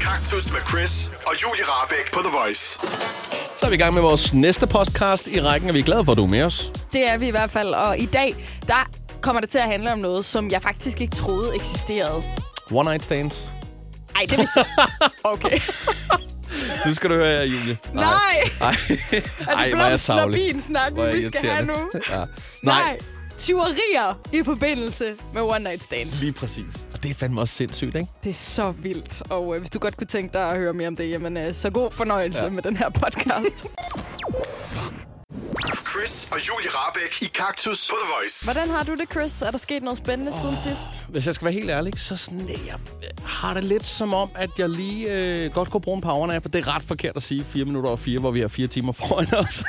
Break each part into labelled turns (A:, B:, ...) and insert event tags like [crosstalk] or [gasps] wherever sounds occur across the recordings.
A: Kaktus med Chris og Julie Rabeck på The Voice.
B: Så er vi i gang med vores næste podcast i rækken, og vi er glade for, at du er med os.
C: Det er vi i hvert fald, og i dag, der kommer det til at handle om noget, som jeg faktisk ikke troede eksisterede.
B: One night stands.
C: Ej, det vil sige...
B: [laughs]
C: Okay.
B: Nu skal du høre her, Julie. [laughs]
C: Nej!
B: Nej,
C: Er
B: Ej,
C: det
B: hvor er jeg
C: blomsten og
B: savlig.
C: bin snakken,
B: Hvor er jeg
C: vi skal have nu?
B: [laughs] irriterende. Ja. Nej.
C: Nej. Tyverier i forbindelse med One Night Stands.
B: Lige præcis. Og det er fandme også sindssygt, ikke?
C: Det er så vildt, og øh, hvis du godt kunne tænke dig at høre mere om det, jamen øh, så god fornøjelse ja. med den her
B: [laughs]
C: podcast.
A: Chris og Julie Rabeck i Kaktus på The Voice.
C: Hvordan har du det, Chris? Er der sket noget spændende oh. siden sidst?
B: Hvis jeg skal være helt ærlig, ikke, så sådan, øh, jeg har det lidt som om, at jeg lige øh, godt kunne bruge en powernap. Det er ret forkert at sige 4 minutter og 4, hvor vi har 4 timer foran os. [laughs]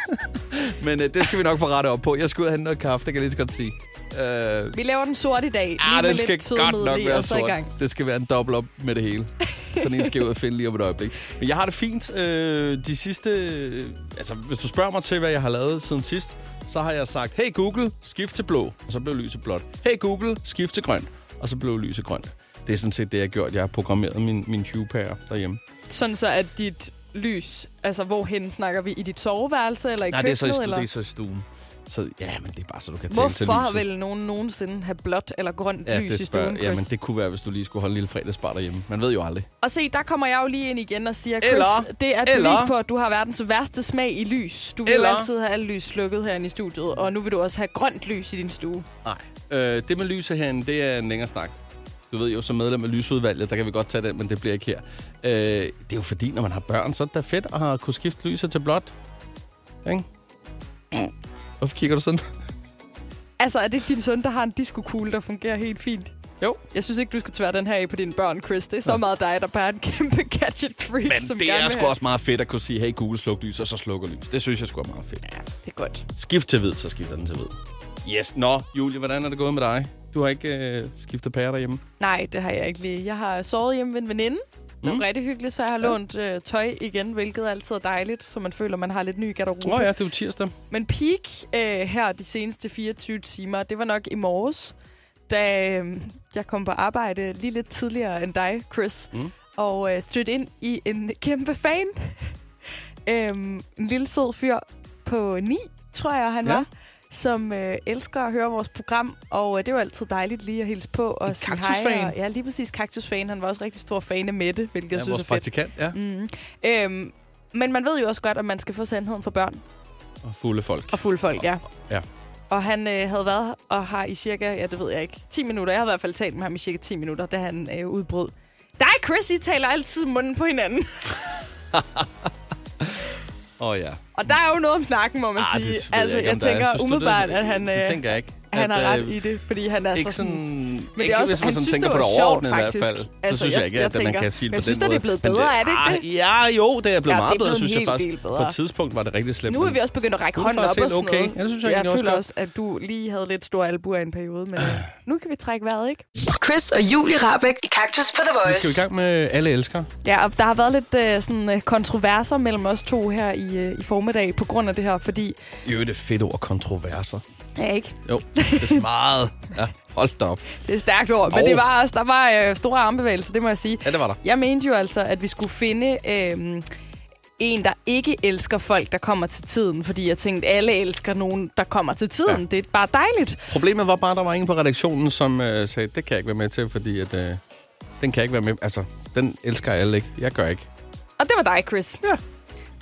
B: Men øh, det skal vi nok få rettet op på. Jeg skal ud og hente noget kaffe, det kan jeg lige så godt sige. Øh,
C: Vi laver den sort i dag. Lige
B: Ah,
C: med
B: den skal
C: lidt
B: godt
C: sødmiddel
B: nok
C: i,
B: være
C: og så i
B: sort.
C: gang.
B: Det skal være en dobbelt op med det hele. Sådan en skal jeg ud og finde lige om et øjeblik. Men jeg har det fint. Øh, de sidste... øh, Altså, hvis du spørger mig til, hvad jeg har lavet siden sidst, så har jeg sagt, hey Google, skift til blå, og så blev lyset blåt. Hey Google, skift til grønt, og så blev lyset grønt. Det er sådan set det, jeg har gjort. Jeg har programmeret min, min Hue-pære derhjemme.
C: Sådan så, at dit lys, altså hvorhen snakker vi? I dit soveværelse eller i
B: Nej, det er
C: køkkenet?
B: så i, stu-
C: eller?
B: det er så i stuen. Så ja, men det er bare så, du kan tale til
C: Hvorfor
B: lyset.
C: vil nogen nogensinde have blåt eller grønt
B: ja,
C: lys
B: det
C: i
B: spørger-
C: stuen, Chris?
B: Jamen, det kunne være, hvis du lige skulle holde en lille fredagsbar derhjemme. Man ved jo aldrig.
C: Og se, der kommer jeg jo lige ind igen og siger, Chris,
B: Eller-
C: det er et
B: eller-
C: bevis på, at du har verdens værste smag i lys. Du vil
B: Eller-
C: jo altid have alt lys slukket herinde i studiet, og nu vil du også have grønt lys i din stue.
B: Nej. Øh, det med lyset herinde, det er en længere snak. Du ved jo, som medlem af lysudvalget, der kan vi godt tage den, men det bliver ikke her. Øh, det er jo fordi, når man har børn, så er det da fedt at have- kunne skifte lyset til blåt. Ikke? Hvorfor kigger du sådan?
C: Altså, er det ikke din søn, der har en diskokugle, der fungerer helt fint?
B: [laughs] Jo.
C: Jeg synes ikke, du skal tvære den her af på dine børn, Chris. Det er så ja. meget dig, der bare er en kæmpe gadget-freak,
B: Men
C: som
B: det
C: gerne
B: er
C: vil
B: sgu
C: have-
B: også meget fedt at kunne sige, hey Google, sluk lys, og så slukker lys. Det synes jeg sgu er meget fedt.
C: Ja, det er godt.
B: Skift til hvid, så skifter den til hvid. Yes, nå, Julie, hvordan er det gået med dig? Du har ikke øh, skiftet pære derhjemme?
C: Nej, det har jeg ikke lige. Jeg har sovet hjemme ved en veninde. Det var
B: Mm.
C: mm. rigtig hyggeligt, så jeg har lånt øh, tøj igen, hvilket altid er dejligt, så man føler, man har lidt ny garderobe.
B: Åh oh, ja, det er jo tirsdag.
C: Men peak øh, her de seneste 24 timer, det var nok i morges, da øh, jeg kom på arbejde lige lidt tidligere end dig, Chris,
B: Mm.
C: mm. og øh, stødte ind i en kæmpe fan. [laughs] øhm, en lille sød fyr på 9, tror jeg, han
B: Ja.
C: ja. var som øh, elsker at høre vores program, og øh, det er jo altid dejligt lige at hilse på og sige hej.
B: kaktusfan.
C: Og, ja, lige præcis kaktusfan. Han var også rigtig stor fan af Mette, hvilket jeg
B: ja,
C: synes er
B: vores
C: fedt.
B: praktikant, ja.
C: Mm. Øhm, men man ved jo også godt, at man skal få sandheden for børn.
B: Og fulde folk.
C: Og fulde folk, ja.
B: Ja.
C: Og han øh, havde været og har i cirka, ja det ved jeg ikke, 10 minutter. Jeg har i hvert fald talt med ham i cirka 10 minutter, da han øh, udbrød. Dig, Chris, I taler altid munden på hinanden.
B: Åh oh, ja.
C: Og der er jo noget om snakken, må man
B: Ah, det
C: sige.
B: ved jeg
C: altså,
B: ikke,
C: jeg
B: om der er.
C: tænker
B: Synes du,
C: umiddelbart,
B: det-
C: at han,
B: Det
C: øh,
B: tænker jeg ikke.
C: han
B: At,
C: har ret
B: øh,
C: i det, fordi han er
B: ikke
C: så sådan...
B: sådan, men
C: det er også-
B: hvis man
C: han
B: sådan
C: synes,
B: tænker
C: det
B: på det
C: var sjovt,
B: overordnede i hvert
C: faktisk.
B: fald, så
C: Altså,
B: synes jeg,
C: jeg-
B: ikke, at
C: jeg
B: man
C: tænker-
B: kan sige det
C: men jeg
B: på
C: synes,
B: den
C: da,
B: måde.
C: det er blevet
B: Men
C: bedre, er det ikke det?
B: Ah, Ja, jo, det er blevet
C: Ja, det er
B: meget bedre,
C: blevet en
B: synes jeg
C: hel del
B: faktisk.
C: bedre.
B: På et tidspunkt var det rigtig slemt.
C: Nu er vi også begyndt at række
B: Nu er det
C: hånden op og
B: faktisk
C: sådan
B: helt okay.
C: noget.
B: Ja, det synes jeg
C: jeg
B: egentlig også
C: føler
B: godt.
C: også, at du lige havde lidt store albuer i en periode, men øh, nu kan vi trække vejret, ikke?
D: Chris og Julie Rabeck i Kaktus på The
B: Vi
D: Voice.
B: skal i gang med Alle Elsker.
C: Ja, og der har været lidt øh, sådan, øh, kontroverser mellem os to her i, øh, i formiddag på grund af det her, fordi...
B: Jo, det er fedt ord, kontroverser.
C: Ja, ikke?
B: Jo, det er
C: [laughs]
B: meget. Ja, hold da op.
C: Det er et stærkt ord, men
B: Åh.
C: det var også, der var øh, store armbevægelser, det må jeg sige.
B: Ja, det var der.
C: Jeg mente jo altså, at vi skulle finde øh, en, der ikke elsker folk, der kommer til tiden, fordi jeg tænkte, alle elsker nogen, der kommer til tiden.
B: Ja.
C: Ja. Det er bare dejligt.
B: Problemet var bare, at der var ingen på redaktionen, som øh, sagde, det kan jeg ikke være med til, fordi at, øh, den kan jeg ikke være med. Altså, den elsker alle ikke. Jeg gør ikke.
C: Og det var dig, Chris.
B: Ja.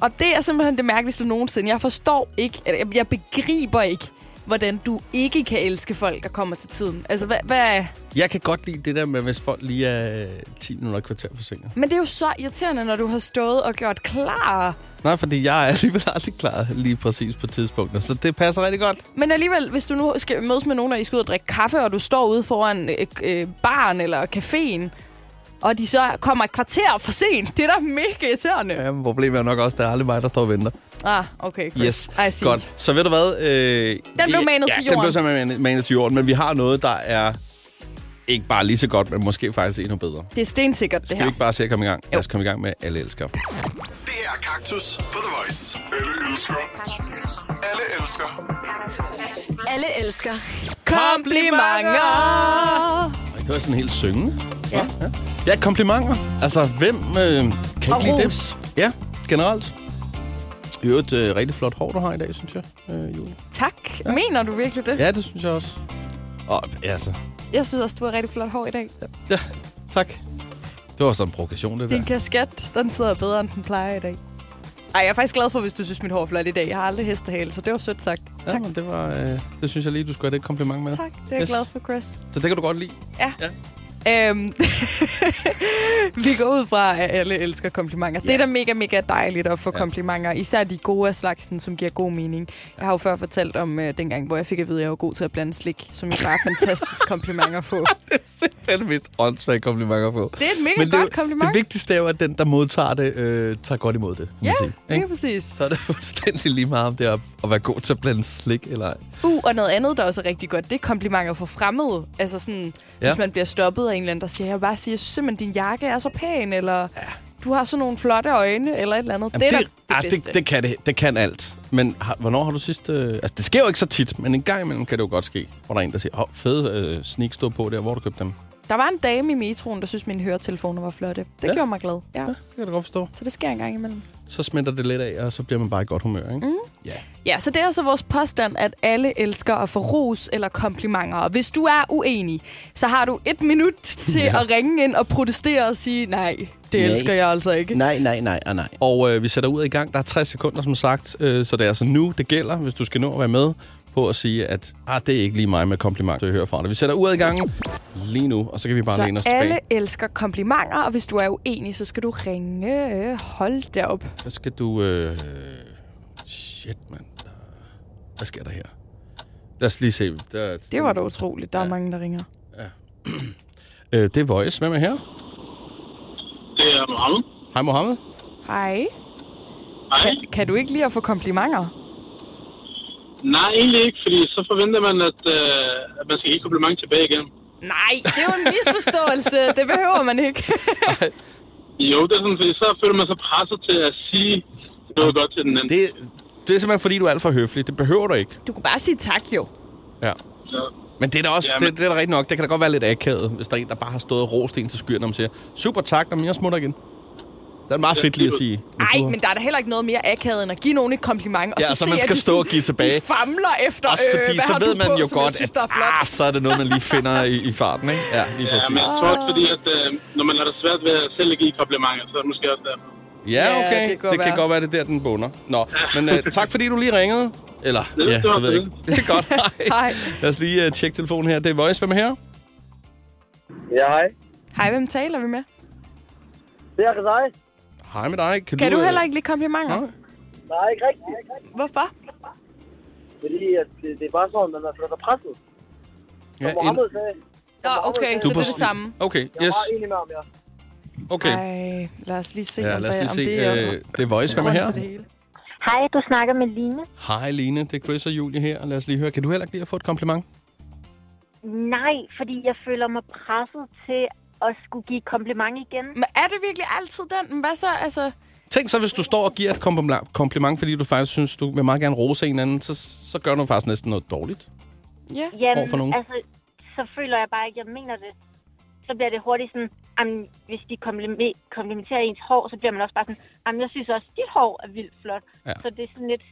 C: Og det er simpelthen det mærkeligste nogensinde. Jeg forstår ikke, eller jeg, jeg begriber ikke, hvordan du ikke kan elske folk, der kommer til tiden. Altså, hvad, hvad,
B: Jeg kan godt lide det der med, hvis folk lige er 10 minutter og et kvarter forsinket.
C: Men det er jo så irriterende, når du har stået og gjort klar.
B: Nej, fordi jeg er alligevel aldrig klar lige præcis på tidspunkter, så det passer rigtig godt.
C: Men alligevel, hvis du nu skal mødes med nogen, og I skal ud og drikke kaffe, og du står ude foran øh, øh, baren eller caféen, og de så kommer et kvarter for sent, det er da mega irriterende. Ja.
B: Ja, men problemet er nok også, at det er aldrig mig, der står og venter.
C: Ah, okay. Chris.
B: Yes,
C: I see.
B: godt. Så ved du hvad? Øh, den
C: blev manet
B: ja,
C: til
B: den
C: jorden.
B: blev simpelthen manet- manet til jorden, men vi har noget, der er ikke bare lige så godt, men måske faktisk endnu bedre.
C: Det er stensikkert, det
B: Skal
C: her.
B: vi ikke bare se at komme i gang? Lad os komme i gang med Alle Elsker.
A: Det her er Kaktus på The Voice. Alle elsker. Alle elsker.
D: Alle elsker
C: Komplimenter!
B: Det var sådan helt syngende.
C: Ja.
B: Ja, komplimenter. Altså, hvem øh, kan
C: Og
B: ikke lide
C: ros.
B: det? Ja, generelt. I øvrigt, øh, rigtig flot hår, du har i dag, synes jeg, øh, Julie.
C: Tak. Mener du virkelig det?
B: Ja, det synes jeg også. Og altså,
C: Jeg synes også, du har rigtig flot hår i dag.
B: ja, tak. Det var sådan en provokation, det der.
C: Din kasket, den sidder bedre, end den plejer i dag. Ej, jeg er faktisk glad for, hvis du synes, mit hår er flot i dag. Jeg har aldrig hestehale, så det var sødt sagt.
B: Ja,
C: Tak.
B: men det, var, øh, det synes jeg lige, du skulle have det kompliment med.
C: Tak, det er jeg
B: Yes.
C: glad for, Chris.
B: Så det kan du godt lide. [laughs]
C: Ja.
B: Ja.
C: Øhm, [laughs] vi går ud fra, at alle elsker komplimenter. Ja. Det er da mega, mega dejligt at få ja. komplimenter. Især de gode af slagsen, som giver god mening. Jeg har jo før fortalt om øh, dengang, hvor jeg fik at vide, at jeg var god til at blande slik, som jo bare er fantastisk
B: [laughs]
C: kompliment at få.
B: Det er simpelthen det mest åndssvage komplimenter på.
C: Det er et mega
B: Men det, er
C: godt
B: jo-
C: kompliment.
B: det vigtigste er jo, at den, der modtager det, øh, tager godt imod det. kan man
C: ja,
B: sige,
C: det er præcis.
B: Så er det [laughs] fuldstændig lige meget om det er at være god til at blande slik eller ej.
C: Uh, og noget andet, der også er rigtig godt, det er komplimenter for fremmede. Altså sådan, ja. hvis man bliver stoppet af en eller anden, der siger, jeg vil bare siger, jeg synes simpelthen, din jakke er så pæn, eller ja. du har sådan nogle flotte øjne, eller et eller andet. Jamen, det er det, da
B: ah,
C: det,
B: det,
C: bedste.
B: det, kan det, det kan alt. Men har, hvornår har du sidst... Øh, altså, det sker jo ikke så tit, men en gang imellem kan det jo godt ske, hvor der er en, der siger, hov, fede øh, sneak står på der, hvor har du købte dem.
C: Der var en dame i metroen, der synes, mine høretelefoner var flotte. Det
B: Ja.
C: ja. gjorde mig glad. Ja. ja.
B: Det kan du godt forstå.
C: Så det sker en gang imellem.
B: Så smitter det lidt af, og så bliver man bare i godt humør, ikke? Mm. Ja.
C: Ja, så det er altså vores påstand, at alle elsker at få ros eller komplimenter. Og hvis du er uenig, så har du et minut til ja. at ringe ind og protestere og sige, nej, det
B: Nej.
C: elsker jeg altså ikke.
B: Nej, nej, nej og nej. Og øh, vi sætter ud i gang. Der er 60 sekunder, som sagt. Øh, så det er altså nu, det gælder, hvis du skal nå at være med på at sige, at ah, det er ikke lige mig med kompliment, så jeg hører fra dig. Vi sætter ud i gang lige nu, og så kan vi bare læne
C: Så
B: os
C: alle
B: tilbage.
C: elsker komplimenter, og hvis du er uenig, så skal du ringe. Hold da op.
B: Så skal du... Øh... Shit, mand. Der- Hvad sker der her? Lad os lige se. Der...
C: Det var da utroligt. Der er mange, der ringer.
B: Øh, det er Voice. Hvem er her?
E: Det er Mohammed.
B: Hej, Mohammed.
C: Hej.
E: Hej.
C: Kan, kan du ikke lide at få komplimenter?
E: Nej, egentlig ikke, fordi så forventer man, at, øh, at man skal give kompliment tilbage igen.
C: Nej, det er jo en misforståelse. Det behøver man ikke.
E: Jo, det er sådan, fordi så føler man sig presset til at sige noget godt til den anden.
B: Det, det er simpelthen, fordi du er alt for høflig. Det behøver du ikke.
C: Du kan bare sige tak, jo.
B: Ja.
E: Så,
B: Men det er da også,
E: Jamen.
B: det, det er da rigtigt nok. Det kan da godt være lidt akavet, hvis der er en, der bare har stået og rost en til skyen, når man siger, super tak, men jeg smutter igen. Det er meget
E: Ja,
B: fedt lige at
E: det-
B: sige.
C: Nej, men der er da heller ikke noget mere akavet, end at give nogen et kompliment. Og
B: Ja,
C: så,
B: så
C: se,
B: man
C: at
B: skal
C: de
B: stå og
C: sådan-
B: give tilbage.
C: De famler efter,
B: Også fordi,
C: øh, hvad
B: så
C: har
B: ved
C: du
B: man
C: på,
B: jo
C: som jeg
B: godt,
C: synes,
B: at
C: der er flot.
B: ah, så er det noget, man lige finder i, i farten, ikke? Ja, lige
E: ja, men
B: præcis.
E: jeg tror også, fordi, at øh, når man har det svært ved at selv at give komplimenter, så er det måske også øh, derfor.
B: Ja,
C: Ja,
B: okay. Ja,
C: det kan
B: det,
C: godt
B: det kan
C: være.
B: godt være, det er der, den bunder. Nå, men uh, tak fordi du lige ringede. Eller,
E: Det-
B: ja,
E: det var
B: jeg ved
E: det.
B: ikke. Det
E: [laughs]
B: er godt. Hej.
C: Hej.
B: Lad os lige uh, tjekke telefonen her. Det er Voice. Hvem er her?
F: Ja, hej.
C: Hej, hvem taler vi med?
F: Det er dig.
B: Hej med dig.
C: Kan du
B: øh,
C: heller ikke lide komplimenter?
B: Nej.
F: Nej, ikke rigtigt.
C: Hvorfor?
F: Fordi at det, det er bare sådan, at man føler sig presset. Som
B: Ja,
F: ja,
B: en-
F: Mohammed sagde,
C: Nå, okay,
F: Du
C: så det er det
B: præcis.
C: samme.
B: Okay,
F: jeg er
B: yes.
F: meget enig med ham, ja.
B: Okay.
C: Ej, lad os lige se,
B: Ja,
C: om,
B: lad os
C: der,
B: lige
C: om
B: se.
C: det er
B: Øh, det er Voice. Hvem er
C: grund
B: her?
C: til det hele.
G: Hej, du snakker med Line.
B: Hej, Line. Det er Chris og Julie her. Lad os lige høre. Kan du heller ikke lige at få et kompliment?
G: Nej, fordi jeg føler mig presset til at skulle give kompliment igen.
C: Men er det virkelig altid den? Men Hvad så? Altså,
B: Tænk så, hvis du står og giver et kompliment- kompliment, fordi du faktisk synes, du vil meget gerne rose en anden, så, så gør du faktisk næsten noget dårligt.
C: ja.
G: Jamen,
B: Overfor nogen.
G: altså, så føler jeg bare ikke, jeg mener det. Så bliver det hurtigt sådan, jamen, hvis de komplime- komplimenterer ens hår, så bliver man også bare sådan, jamen, jeg synes også, dit hår er vildt flot.
B: Ja.
G: Så det er sådan lidt...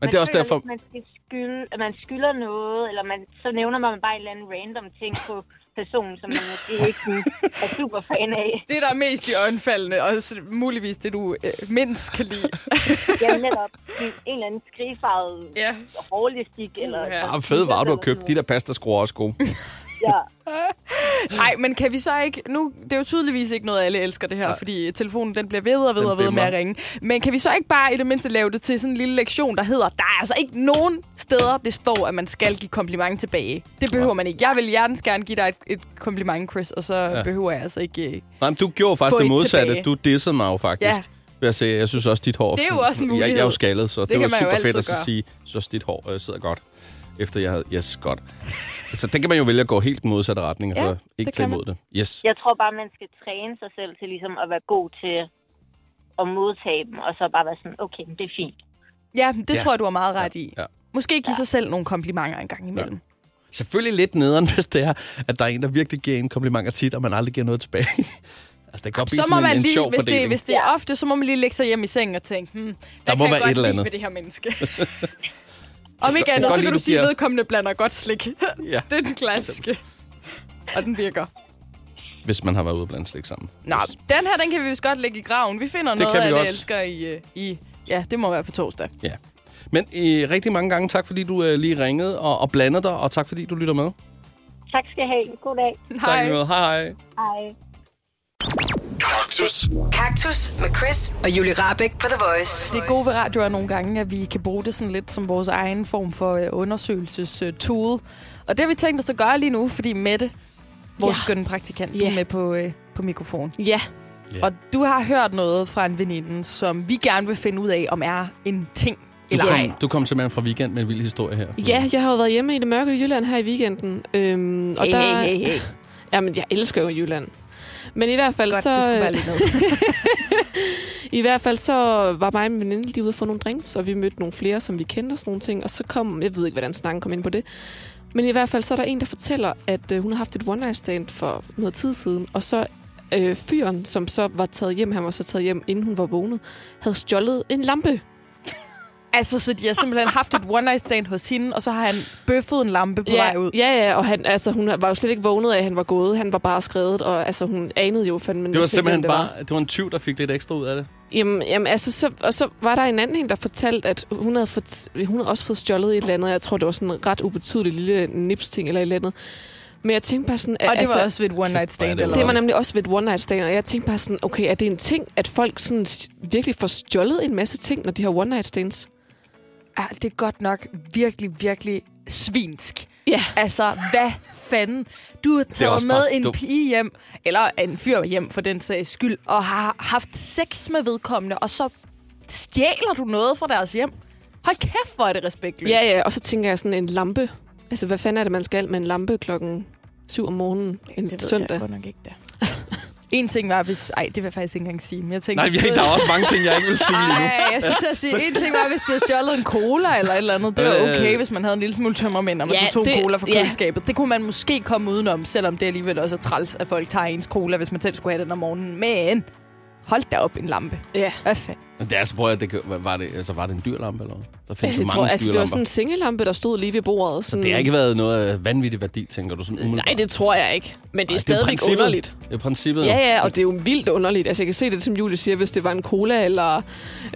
B: Men det er også
G: føler
B: derfor-
G: Lidt, man, skal skylde, at man skylder noget, eller man, så nævner man bare en eller anden random ting på personen, som man måske ikke sådan er super fan
B: [laughs]
G: af.
C: Det, der er mest i øjenfaldene, og s- muligvis det, du øh, mindst kan lide.
G: Jamen netop en en eller anden skrigefarvet
C: [laughs] Ja.
G: ja. hårlistik. Eller
C: Ja.
B: Ah, fede varer, du har købt. De der pastaskruer er også gode.
G: Ja.
C: Nej, men kan vi så ikke... Nu, det er jo tydeligvis ikke noget, alle elsker det her, Ej. fordi telefonen den bliver ved og ved
B: Den
C: og ved med
B: bimmer.
C: at ringe. Men kan vi så ikke bare i det mindste lave det til sådan en lille lektion, der hedder, der er altså ikke nogen steder, det står, at man skal give kompliment tilbage. Det behøver man ikke. Jeg vil hjertens gerne give dig et, et kompliment, Chris, og så ja. behøver jeg altså ikke... øh,
B: Nej, men du gjorde faktisk
C: Få
B: det
C: et
B: modsatte.
C: tilbage.
B: Du dissede mig jo faktisk.
C: Ja.
B: Ja. Ved at sige, jeg synes også, dit hår...
C: Det er jo også en
B: Jeg, jeg er
C: mulighed.
B: jo skaldet, så det,
C: kan
B: det var
C: man jo
B: super fedt
C: altid
B: at så
C: gøre.
B: sige, jeg synes også, dit hår øh, sidder godt. Efter jeg havde... Yes, godt. så den kan man jo vælge at gå helt den modsatte retning, og
C: Ja,
B: så ikke
C: det
B: tage
C: kan man.
B: imod det. Yes.
G: Jeg tror bare, man skal træne sig selv til ligesom at være god til at modtage dem, og så bare være sådan, okay, men det er fint.
C: Ja, det
B: Ja.
C: tror jeg, du har meget ret i.
B: Ja.
C: Måske give sig selv nogle komplimenter en gang imellem.
B: Selvfølgelig lidt nederen, [laughs] hvis det er, at der er en, der virkelig giver en komplimenter tit, og man aldrig giver noget tilbage. [laughs] altså, det kan godt blive
C: Så må
B: sådan en,
C: man
B: en
C: lige,
B: sjov
C: hvis det,
B: fordeling.
C: hvis det er ofte, så må man lige lægge sig hjem i sengen og tænke, hmm, der
B: må være
C: kan jeg
B: et
C: godt
B: eller
C: lide
B: andet.
C: ved det her
B: [laughs]
C: menneske. Om ikke
B: kan
C: andet,
B: godt
C: så
B: lide,
C: kan du
B: du
C: sige, at
B: siger-
C: vedkommende blander godt slik.
B: [laughs] Ja.
C: det er den
B: [laughs]
C: klassiske. Og den virker.
B: hvis man har været ude blandt slik sammen.
C: Nå,
B: Yes.
C: den her, den kan vi vist godt lægge i graven. Vi finder
B: Det
C: noget,
B: kan vi
C: af
B: godt.
C: det elsker i, øh, i... Ja, det må være på torsdag.
B: Ja. Men øh, rigtig mange gange tak, fordi du øh, lige ringede og, og blandede dig, og tak, fordi du lytter med.
G: Tak skal I have. God dag.
B: Tak
C: Hej.
B: lige meget. Hej, hej.
G: Hej.
A: Kaktus.
D: Kaktus med Chris og Julie Rabeck på The Voice.
C: Det gode ved radio er nogle gange, at vi kan bruge det sådan lidt som vores egen form for øh, undersøgelsestool. Og det har vi tænkt os at gøre lige nu, fordi Mette, vores ja.
H: Ja.
C: skønne praktikant,
H: Ja.
C: yeah. er med på, øh, på mikrofon.
H: Ja,
B: Ja.
C: Og du har hørt noget fra en veninde, som vi gerne vil finde ud af, om er en ting eller
B: Du
C: ej.
B: kom, du kom simpelthen fra weekend med en vild historie her.
H: ja jeg har jo været hjemme i det mørke Jylland her i weekenden. Øhm, og der,
C: hey.
H: Jamen, jeg elsker jo Jylland. Men i hvert fald
C: Godt, det skulle
H: så...
C: være lidt ned.
H: I hvert fald så var mig og min veninde lige ude for nogle drinks, og vi mødte nogle flere, som vi kendte og sådan nogle ting. Og så kom, jeg ved ikke, hvordan snakken kom ind på det. Men i hvert fald så er der en, der fortæller, at øh, hun har haft et one night stand for noget tid siden. Og så øh, fyren, som så var taget hjem, han var så taget hjem, inden hun var vågnet, havde stjålet en lampe.
C: Altså, så de har simpelthen haft et one night stand hos hende, og så har han bøffet en lampe på
H: ja,
C: vej ud.
H: Ja, ja, og han, altså, hun var jo slet ikke vågnet af, at han var gået. Han var bare skrevet, og altså, hun anede jo fandme...
B: Det var
H: næsten ikke, hvem
B: simpelthen
H: det var.
B: bare, det var en tyv, der fik lidt ekstra ud af det.
H: Jamen, jamen altså, så, og så var der en anden en, der fortalte, at hun havde, fået, hun havde også fået stjålet et eller andet. Jeg tror, det var sådan en ret ubetydelig lille nipsting eller et eller andet. Men jeg tænkte bare sådan... At,
C: Og det
H: altså,
C: var også ved et one night stand,
B: det var-
C: eller
H: det var
C: hvad?
H: nemlig også ved et one night stand, og jeg tænkte bare sådan, okay, er det en ting, at folk sådan s- virkelig får stjålet en masse ting, når de har one night stands?
C: Ah, det er godt nok virkelig, virkelig svinsk.
H: Ja.
C: Altså, hvad fanden? Du har taget
B: også bare
C: med en
B: dumt.
C: pige hjem, eller en fyr hjem for den sags skyld, og har haft sex med vedkommende, og så stjæler du noget fra deres hjem. Hold kæft, hvor er det respektløst.
H: Ja, ja, og så tænker jeg sådan en lampe. Altså, hvad fanden er det, man skal med en lampe klokken 7 om morgenen en
C: Det ved
H: søndag?
C: jeg godt nok ikke, det. en ting var, hvis... Ej, det vil jeg faktisk ikke engang sige, men jeg tænkte...
B: Nej,
C: hvis
B: jeg,
C: du-
B: der er også mange ting, jeg ikke vil sige lige nu.
C: Ej, jeg skulle til at sige, en ting var, hvis de havde stjålet en cola eller et eller andet. Det var
B: Øh.
C: okay, hvis man havde en lille smule tømmermænd, og man
H: Ja,
C: ja, tog en
H: det-
C: cola fra
H: ja.
C: køleskabet. Det kunne man måske komme udenom, selvom det alligevel også er træls, at folk tager ens cola, hvis man selv skulle have den om morgenen. Men hold da op en lampe.
H: Ja.
C: Hvad fanden?
B: Men det er altså, prøv at, det, kan- hvad var, det, altså, var det en dyrlampe eller hvad? Der findes
H: Altså,
B: så
H: jeg
B: mange
H: tror, altså, det var
B: dyrlamper.
H: sådan en sengelampe, der stod lige ved bordet. Sådan,
B: Det har ikke været noget øh, vanvittig værdi, tænker du sådan umiddelbart.
H: Nej, det tror jeg ikke. Men det er
B: Ej, jo
H: stadigvæk
B: princippet.
H: underligt.
B: Det er princippet.
H: Ja, ja, og det er jo vildt underligt. Altså, jeg kan se det, som Julie siger, hvis det var en cola eller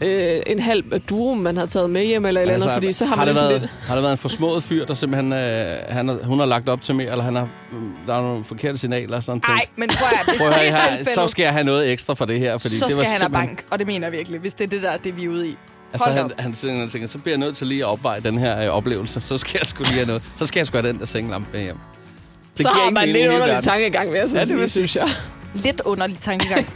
H: øh, en halv duo, man havde taget med hjem eller et eller andet, fordi så har, man
B: det
H: det
B: været,
H: sådan lidt...
B: Altså, Har det været en forsmået fyr, der simpelthen øh, han, har- hun har lagt op til mig, eller han har, der er nogle forkerte signaler og sådan ting.
C: Nej, men prøv at høre, hvis
B: Prøv at
C: det
B: høre,
C: er
B: her, så
C: tilfældet,
B: skal jeg have noget ekstra for det her. Fordi
C: så
B: det var
C: skal han have
B: simpelthen-
C: bank. Og det mener jeg virkelig, hvis det er det der, det vi er ude i.
B: Altså,
C: Hold
B: han,
C: op.
B: han, sidder og tænker, så bliver jeg nødt til lige at opveje den her øh, oplevelse. Så skal jeg sgu lige have noget. Så skal jeg sgu have den der sengelampe med hjem. Det
H: så
B: giver
H: har
B: ingen
H: man
B: mening i
H: lidt
B: hele
H: underlig
B: verden.
H: tankegang, vil jeg så
B: Ja, det
H: sige,
B: vil jeg
H: synes jeg.
C: Lidt underlig
B: [laughs]
C: tankegang.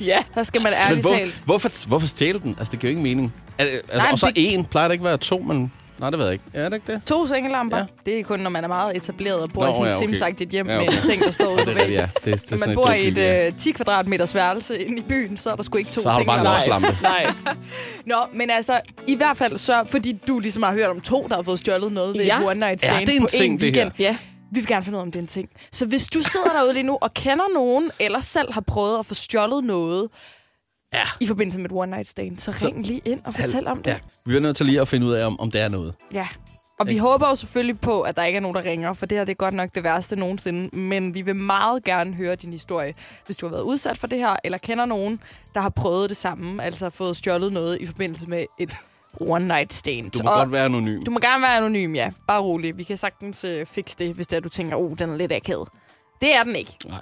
H: ja.
C: Så skal man
B: Men
C: ærligt talt
B: hvor, hvorfor, hvorfor stjæle den? Altså, det giver jo ingen mening. Er det, altså,
C: Nej,
B: Nej, og så
C: det-
B: en. Plejer det ikke at være to, men... Nej, det ved jeg ikke. Ja, er det ikke det?
C: To sengelamper. Ja.
B: Ja.
C: Det er kun, når man er meget etableret og bor
B: Nå,
C: Nå, i sådan et
B: ja,
C: ja,
B: okay.
C: simsagtigt hjem
B: Ja,
C: med
B: okay.
C: en seng, der står ude
B: det
C: på
B: er
C: væggen.
B: rigdet, ja. Det- det er
C: Når
B: sådan
C: man
B: et
C: bor i et
B: dukkehylde, ja.
C: øh, 10 kvadratmeters værelse inde i byen, så er der sgu ikke to
B: Så har du bare en
C: sengelamper.
B: årslampe.
H: Nej.
C: Nå, men altså, i hvert fald så, fordi du ligesom har hørt om to, der har fået stjålet noget ved
H: Ja.
C: et one night
B: Er
C: stand
B: det en
C: på en
B: ting, det her?
C: weekend.
H: Ja.
C: Vi vil gerne finde ud af, om det er en ting. Så hvis du sidder derude lige nu og kender nogen, eller selv har prøvet at få stjålet noget,
B: Ja.
C: i forbindelse med et one night stand, så ring lige ind og fortæl om det.
B: Ja. Vi er nødt til lige at finde ud af, om, om det er noget.
C: Ja. Og vi håber jo selvfølgelig på, at der ikke er nogen, der ringer, for det her det er godt nok det værste nogensinde. Men vi vil meget gerne høre din historie, hvis du har været udsat for det her, eller kender nogen, der har prøvet det samme, altså fået stjålet noget i forbindelse med et one night stand.
B: Du må
C: Og
B: godt være anonym.
C: du må gerne være anonym, ja. Bare rolig. Vi kan sagtens øh, fikse det, hvis det er, du tænker, oh, den er lidt akavet. Det er den ikke.
B: Nej.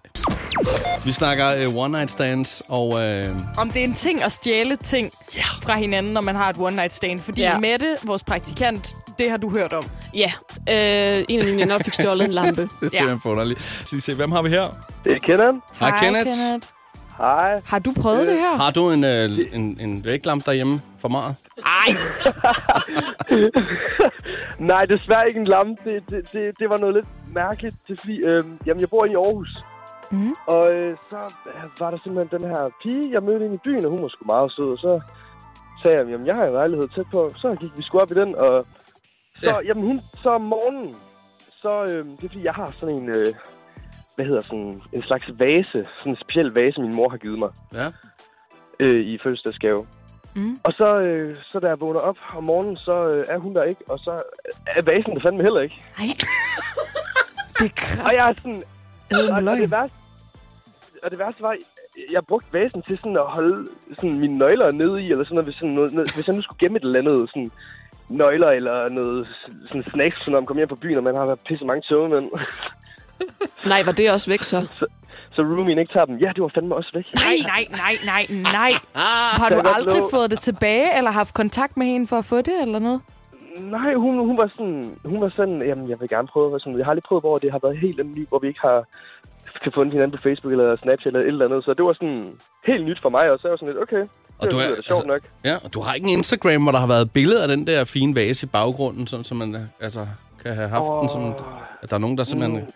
B: Vi snakker uh, one night stands, og uh,
C: Om det er en ting at stjæle ting yeah. fra hinanden, når man har et one night stand. Fordi
H: Ja.
C: yeah. Mette, vores praktikant, det har du hørt om.
H: Ja. Øh, en af mine venner fik stjålet en lampe.
B: det er simpelthen ja. forunderligt. Så vi ser, hvem har vi her?
F: Det er Kenan.
B: Hej, Kenneth.
F: Hej.
C: Har du prøvet det her?
B: Har du en, uh, en, en væglamp derhjemme for meget?
F: Nej, desværre ikke en lamme. Det, det, det, det var noget lidt mærkeligt. Det er fordi, øh, jamen, jeg bor i Aarhus.
C: Mhm.
F: Og øh, så øh, var der simpelthen den her pige, jeg mødte inde i byen, og hun var sgu meget sød. Og så sagde jeg, jamen, jeg har en lejlighed tæt på. Så gik vi sgu op i den, og så, ja. jamen, hun, så om morgenen, så... Øh, det er, fordi jeg har sådan en... Øh, hvad hedder sådan... En slags vase. Sådan en speciel vase, min mor har givet mig.
B: Ja.
F: øh, i fødselsdagsgave.
C: Mm.
F: Mm. Og
H: Mm-hmm.
F: så, øh, så da jeg vågner op om morgenen, så øh, er hun der ikke, og så er vasen der fandme heller ikke.
C: Ej. [laughs] Det er kraft.
F: Og jeg er sådan...
C: med
F: og, og,
C: løgn.
F: det værste, og det værste var, jeg brugte vasen til sådan at holde sådan mine nøgler nede i, eller sådan noget, hvis, sådan noget, noget, hvis jeg nu skulle gemme et eller andet, sådan nøgler eller noget sådan snacks, når man kommer hjem fra byen, og man har været pisse mange tøvmænd.
H: Nej, var det også væk så?
F: [laughs] så roomien ikke tager dem. Ja, det var fandme også væk.
C: Nej, nej, nej, nej, nej.
H: [laughs]
C: Har du
F: Der var
C: aldrig
F: blå.
C: fået det tilbage, eller haft kontakt med hende for at få det, eller noget?
F: Nej, hun, hun var sådan, hun var sådan, jamen, jeg vil gerne prøve. og Sådan, jeg har aldrig prøvet, hvor det har været helt andet liv, hvor vi ikke har kan fundet hinanden på Facebook eller Snapchat eller et eller andet. Så det var sådan helt nyt for mig, og så var jeg sådan lidt, okay,
B: Og
F: det
B: du
F: var
B: er-
F: lyder da sjovt
B: altså-
F: nok.
B: Ja, og du har ikke en Instagram, hvor der har været billeder af den der fine vase i baggrunden, sådan, som man øh, altså, kan have haft oh. den, som, at der er nogen, der simpelthen øh,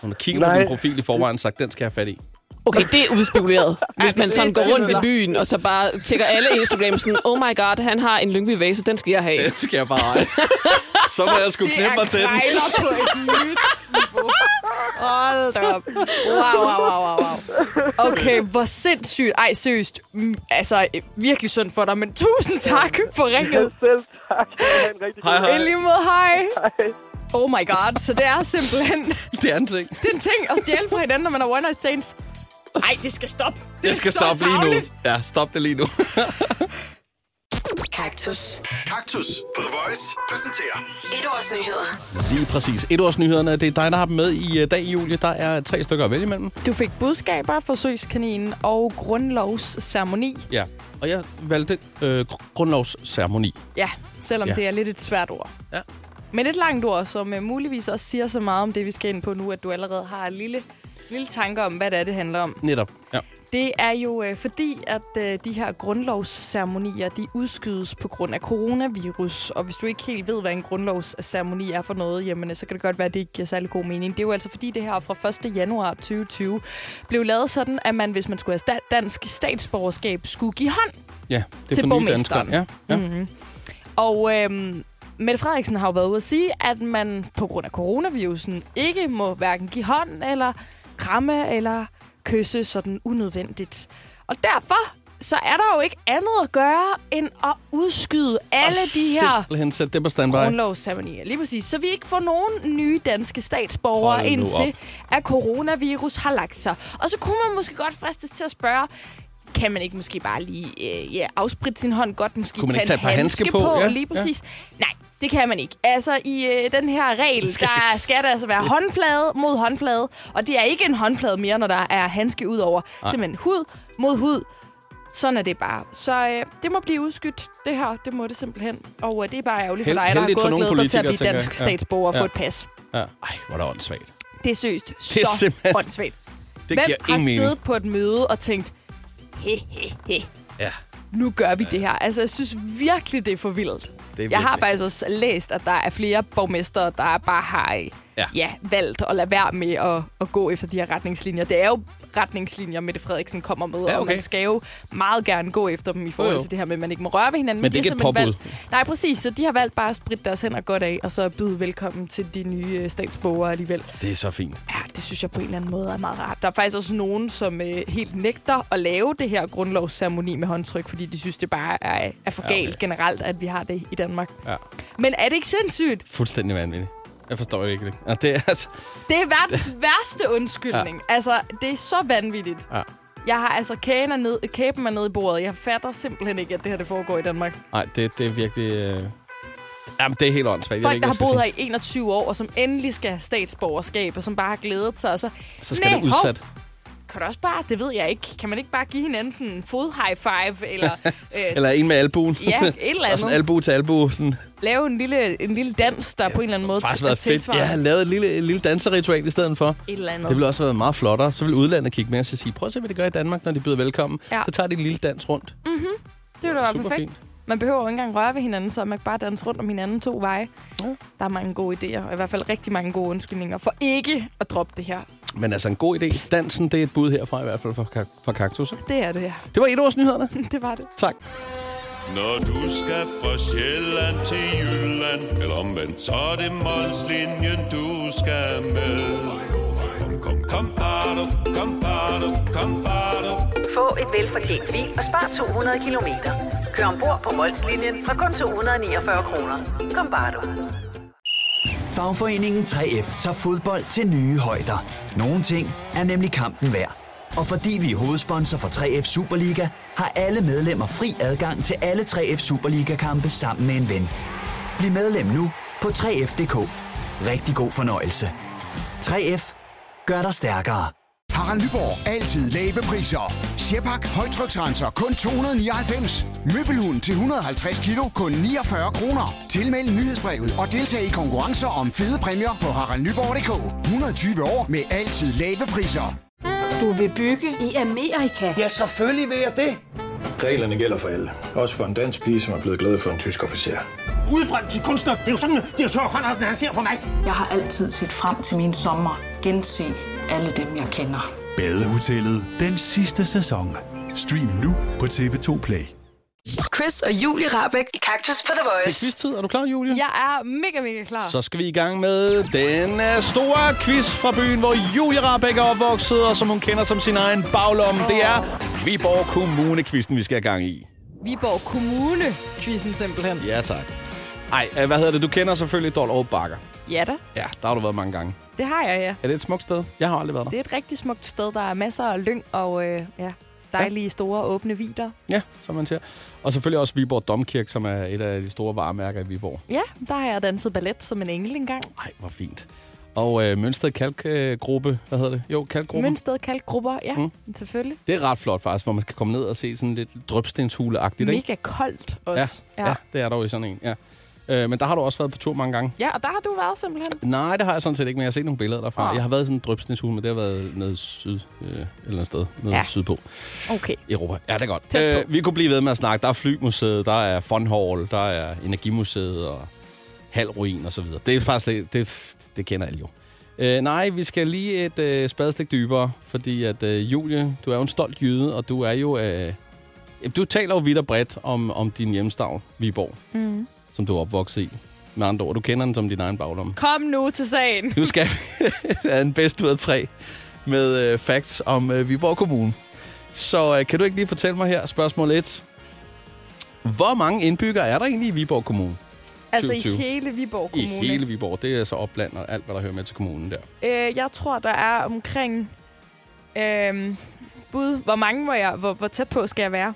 B: hun har kigget på
F: Nej.
B: din profil i forvejen og sagt, den skal jeg have fat i.
H: Okay, det er
F: [laughs]
H: udspekuleret. Hvis man sådan går rundt i byen, og så bare tjekker alle Instagram sådan, oh my god, han har en lyngvig vase, den skal jeg have.
B: Den skal jeg bare eje. [laughs] Så må jeg sgu knæppe mig til den.
C: krejler på et nyt niveau. Hold da op. Wow, wow, wow, wow, wow. Okay, hvor sindssygt. Ej, seriøst. Mm, Altså, øh, virkelig synd for dig, men tusind tak for ringet.
F: Selv
B: [laughs]
F: tak. Ha' en rigtig god
B: Hej, hej.
C: I lige måde, hej.
F: dag.
C: Oh my god, så det er simpelthen
B: Det er en ting.
C: det er en ting at stjæle fra hinanden, når man er one night stands. Ej, det skal stoppe. Det
B: Jeg skal
C: så
B: stoppe lige nu.
C: tarveligt.
B: Ja, stop det lige nu. [laughs]
D: Kaktus.
A: Kaktus på The Voice præsenterer
D: Et års nyheder.
B: Lige præcis. Et års nyhederne. Det er dig, der har dem med i øh, dag, Julie. Der er tre stykker at vælge imellem.
C: Du fik budskaber, forsøgskaninen og grundlovsceremoni.
B: Ja. Og jeg valgte øh, gr- grundlovsceremoni.
C: Ja, selvom
B: Ja.
C: ja. det er lidt et svært ord.
B: Ja.
C: Men et langt ord, som uh, muligvis også siger så meget om det, vi skal ind på nu, at du allerede har en lille, lille tanke om, hvad det er, det handler om.
B: Netop. Ja.
C: Det er jo øh, fordi, at øh, de her grundlovsceremonier, de udskydes på grund af coronavirus. Og hvis du ikke helt ved, hvad en grundlovsceremoni er for noget, jamen, øh, så kan det godt være, at det ikke giver særlig god mening. Det er jo altså fordi, det her fra 1. januar 2020 blev lavet sådan, at man, hvis man skulle have sta- dansk statsborgerskab, skulle give hånd
B: Ja, det er
C: Til
B: for nye danskere.
C: borgmesteren.
B: Ja, ja. Mm.
C: Og øhm, Mette Frederiksen har jo været ude at sige, at man på grund af coronavirusen ikke må hverken give hånd eller kramme eller kysse sådan unødvendigt. Og derfor så er der jo ikke andet at gøre, end at udskyde alle de her
B: Simpelthen sæt det på standby.
C: grundlovsceremonier. Lige præcis. Så vi ikke får nogen nye danske statsborgere
B: Hold nu
C: indtil, at coronavirus har lagt sig. Og så kunne man måske godt fristes til at spørge, kan man ikke måske bare lige øh, ja, afspritte sin hånd godt? Måske
B: Kunne man
C: tage,
B: ikke tage
C: en
B: et par handsker
C: handske på?
B: på? Ja,
C: lige
B: ja.
C: præcis. Ja. Nej, det kan man ikke. Altså, i øh, den her regel, der skal der altså være håndflade mod håndflade. Og det er ikke en håndflade mere, når der er handske ud over. Simpelthen hud mod hud. Sådan er det bare. Så øh, det må blive udskydt, det her. Det må det simpelthen. Og øh, det er bare ærgerligt for
B: Held-
C: dig, der har
B: heldigt for
C: gået og
B: nogle
C: glædet dig til at blive
B: politikere, tænker
C: dansk
B: jeg. Ja.
C: statsborger og
B: Ja.
C: få et pas.
B: Ja. Ej, hvor er det åndssvagt.
C: Det er seriøst
B: er
C: så
B: simpelthen-
C: åndssvagt.
B: Det
C: Hvem
B: giver
C: har
B: ingen mening.
C: siddet på et møde og tænkt, he, he, he,
B: Ja,
C: nu gør vi det her. Altså, jeg synes virkelig, det er for vildt.
B: virkelig-
C: Jeg har faktisk også læst, at der er flere borgmester, der bare har
B: Ja.
C: ja. Ja, valgt at lade være med at, at gå efter de her retningslinjer. Det er jo retningslinjer, Mette Frederiksen kommer med,
B: Ja,
C: og
B: okay.
C: man skal jo meget gerne gå efter dem i forhold
B: Jo, jo.
C: til det her med, at man ikke må røre ved hinanden.
B: Men det er
C: de
B: ikke et
C: har simpelthen
B: påbud.
C: Valgt, nej, præcis. Så de har valgt bare at spritte deres hænder godt af, og så byde velkommen til de nye øh, statsborgere alligevel.
B: det er så fint.
C: Ja, det synes jeg på en eller anden måde er meget rart. Der er faktisk også nogen, som øh, helt nægter at lave det her grundlovsceremoni med håndtryk, fordi de synes, det bare er, er for
B: Ja, okay.
C: galt generelt, at vi har det i Danmark.
B: Ja.
C: Men er det ikke sindssygt?
B: Fuldstændig vanvittigt. Jeg forstår ikke det. Ja, det er altså...
C: Det er
B: [laughs]
C: verdens værste undskyldning. Ja. Altså, det er så vanvittigt.
B: Ja.
C: Jeg har altså kagen er ned, kæben er nede i bordet. Jeg fatter simpelthen ikke, at det her det foregår i Danmark.
B: Nej, det, det er virkelig... Øh... Jamen, det er helt åndssvagt.
C: Folk, der har boet her i 21 år, og som endelig skal have statsborgerskab, og som bare har glædet sig, og så...
B: Så skal
C: Næh,
B: det udsat.
C: kan du også bare, det ved jeg ikke, kan man ikke bare give hinanden sådan en fod high five,
B: [laughs]
C: eller, øh,
B: Eller en med albuen.
C: Ja,
B: [laughs]
C: et eller
B: Og sådan
C: andet.
B: albu til albu. Sådan.
C: lave en lille, en lille dans, der på en eller anden måde
B: Det har faktisk
C: er
B: været fedt.
C: tilsvarende
B: Ja, lavet et lille, et lille danseritual i stedet for.
C: et eller andet.
B: Det ville også have været meget flottere. Så ville udlandet kigge med os og sige, prøv at se, hvad det gør i Danmark, når de byder velkommen.
C: Ja.
B: Så tager de en lille dans rundt.
C: det ville være
B: Super
C: perfekt.
B: fint.
C: Man behøver jo ikke engang røre ved hinanden, så man kan bare danse rundt om hinanden to veje. Ja. Der er mange gode idéer, og i hvert fald rigtig mange gode undskyldninger for ikke at droppe det her.
B: Men altså, en god idé. Dansen, det er et bud herfra i hvert fald for, kak- for kaktus. ikke?
C: Det er det her. [laughs]
B: Det var et års nyhederne.
C: Det var det.
B: Tak.
I: Når du skal fra Sjælland til Jylland, eller omvendt, så er det Molslinjen, du skal med. Kom, kom, kom, bado, kom, bado, kom, bado.
J: Få et velfortjent bil og spar 200 kilometer. Kør ombord på Molslinjen fra kun 249 kroner. Kom bare du.
K: Fagforeningen 3F tager fodbold til nye højder. Nogle ting er nemlig kampen værd. Og fordi vi er hovedsponsor for 3F Superliga, har alle medlemmer fri adgang til alle 3F Superliga-kampe sammen med en ven. Bliv medlem nu på 3F.dk. Rigtig god fornøjelse. 3F gør dig stærkere.
L: Harald Nyborg. Altid lave priser. Sjehpak. Højtryksrenser. Kun 299. Møbelhund til 150 kilo. Kun 49 kroner. Tilmeld nyhedsbrevet og deltag i konkurrencer om fede præmier på haraldnyborg.dk. 120 år med altid lave priser.
M: Du vil bygge i Amerika? Ja, selvfølgelig vil jeg det.
N: Reglerne gælder for alle. Også for en dansk pige, som er blevet glad for en tysk officer.
O: Udbrændt til kunstner. Det er jo sådan, at de har Conradsen, han ser på mig.
P: Jeg har altid set frem til min sommer. Gense alle dem, jeg kender.
Q: Badehotellet den sidste sæson. Stream nu på TV2 Play.
D: Chris og Julie Rabeck i Kaktus på The Voice.
B: Det er quiztid. Er du klar, Julie?
C: Jeg er mega, mega klar.
B: Så skal vi i gang med den øh, store quiz fra byen, hvor Julie Rabeck er opvokset, og som hun kender som sin egen baglomme. Det er Viborg Kommune-quizzen, vi skal have gang i.
C: Viborg Kommune, quizzen simpelthen.
B: Ja, tak. Ej, øh, hvad hedder det? Du kender selvfølgelig Dollerup Bakker.
C: Ja da,
B: Ja, der har du været mange gange.
C: det har jeg, ja.
B: Er det et smukt sted? Jeg har aldrig været der.
C: Det er et rigtig smukt sted, der er masser af lyng og øh, ja, dejlige ja. store åbne vider.
B: Ja, som man siger. Og selvfølgelig også Viborg Domkirke, som er et af de store varemærker i Viborg.
C: Ja, der har jeg danset ballet som en engel engang.
B: Ej, hvor fint. Og øh, Mønsted Kalkgruppe, øh, hvad hedder det? Jo, Kalkgruppe.
C: Mønsted kaldt grupper, ja, mm. selvfølgelig.
B: Det er ret flot faktisk, hvor man kan komme ned og se sådan lidt drøbstenshuleagtigt. ikke?
C: Mega koldt også.
B: Ja, ja. ja, det er der jo i sådan en, ja. Øh, men der har du også været på tur mange gange.
C: ja, og der har du været simpelthen.
B: Nej, det har jeg sådan set ikke, men jeg har set nogle billeder derfra.
C: Ah.
B: Jeg har været i sådan en drøbsneshule, men det har været nede syd, øh, et eller andet sted, nede
C: Ja.
B: ja. sydpå.
C: Okay.
B: Europa. Ja, det er godt.
C: Tæt
B: Øh, vi kunne blive ved med at snakke. Der er Flymuseet, der er Fun Hall, der er Energimuseet og Halruin og så videre. Det er faktisk det, det, det kender alle jo. Øh, nej, vi skal lige et øh, spadestik dybere, fordi at øh, Julie, du er jo en stolt jyde, og du er jo... Øh, jamen, du taler jo vidt og bredt om, om din hjemstavn, Viborg,
C: Mm.
B: som du er opvokset i. Med andre ord, du kender den som din egen baglomme.
C: Kom nu til sagen.
B: Nu skal vi [laughs] have en bedst ud af tre med øh, facts om øh, Viborg Kommune. Så øh, kan du ikke lige fortælle mig her, spørgsmål 1. Hvor mange indbyggere er der egentlig i Viborg Kommune?
C: Altså i
B: 2020?
C: hele Viborg
B: I
C: Kommune.
B: hele Viborg. Det er altså opland og alt, hvad der hører med til kommunen der.
C: Øh, jeg tror, der er omkring... Øh, bud, hvor mange må jeg... Hvor, hvor tæt på skal jeg være?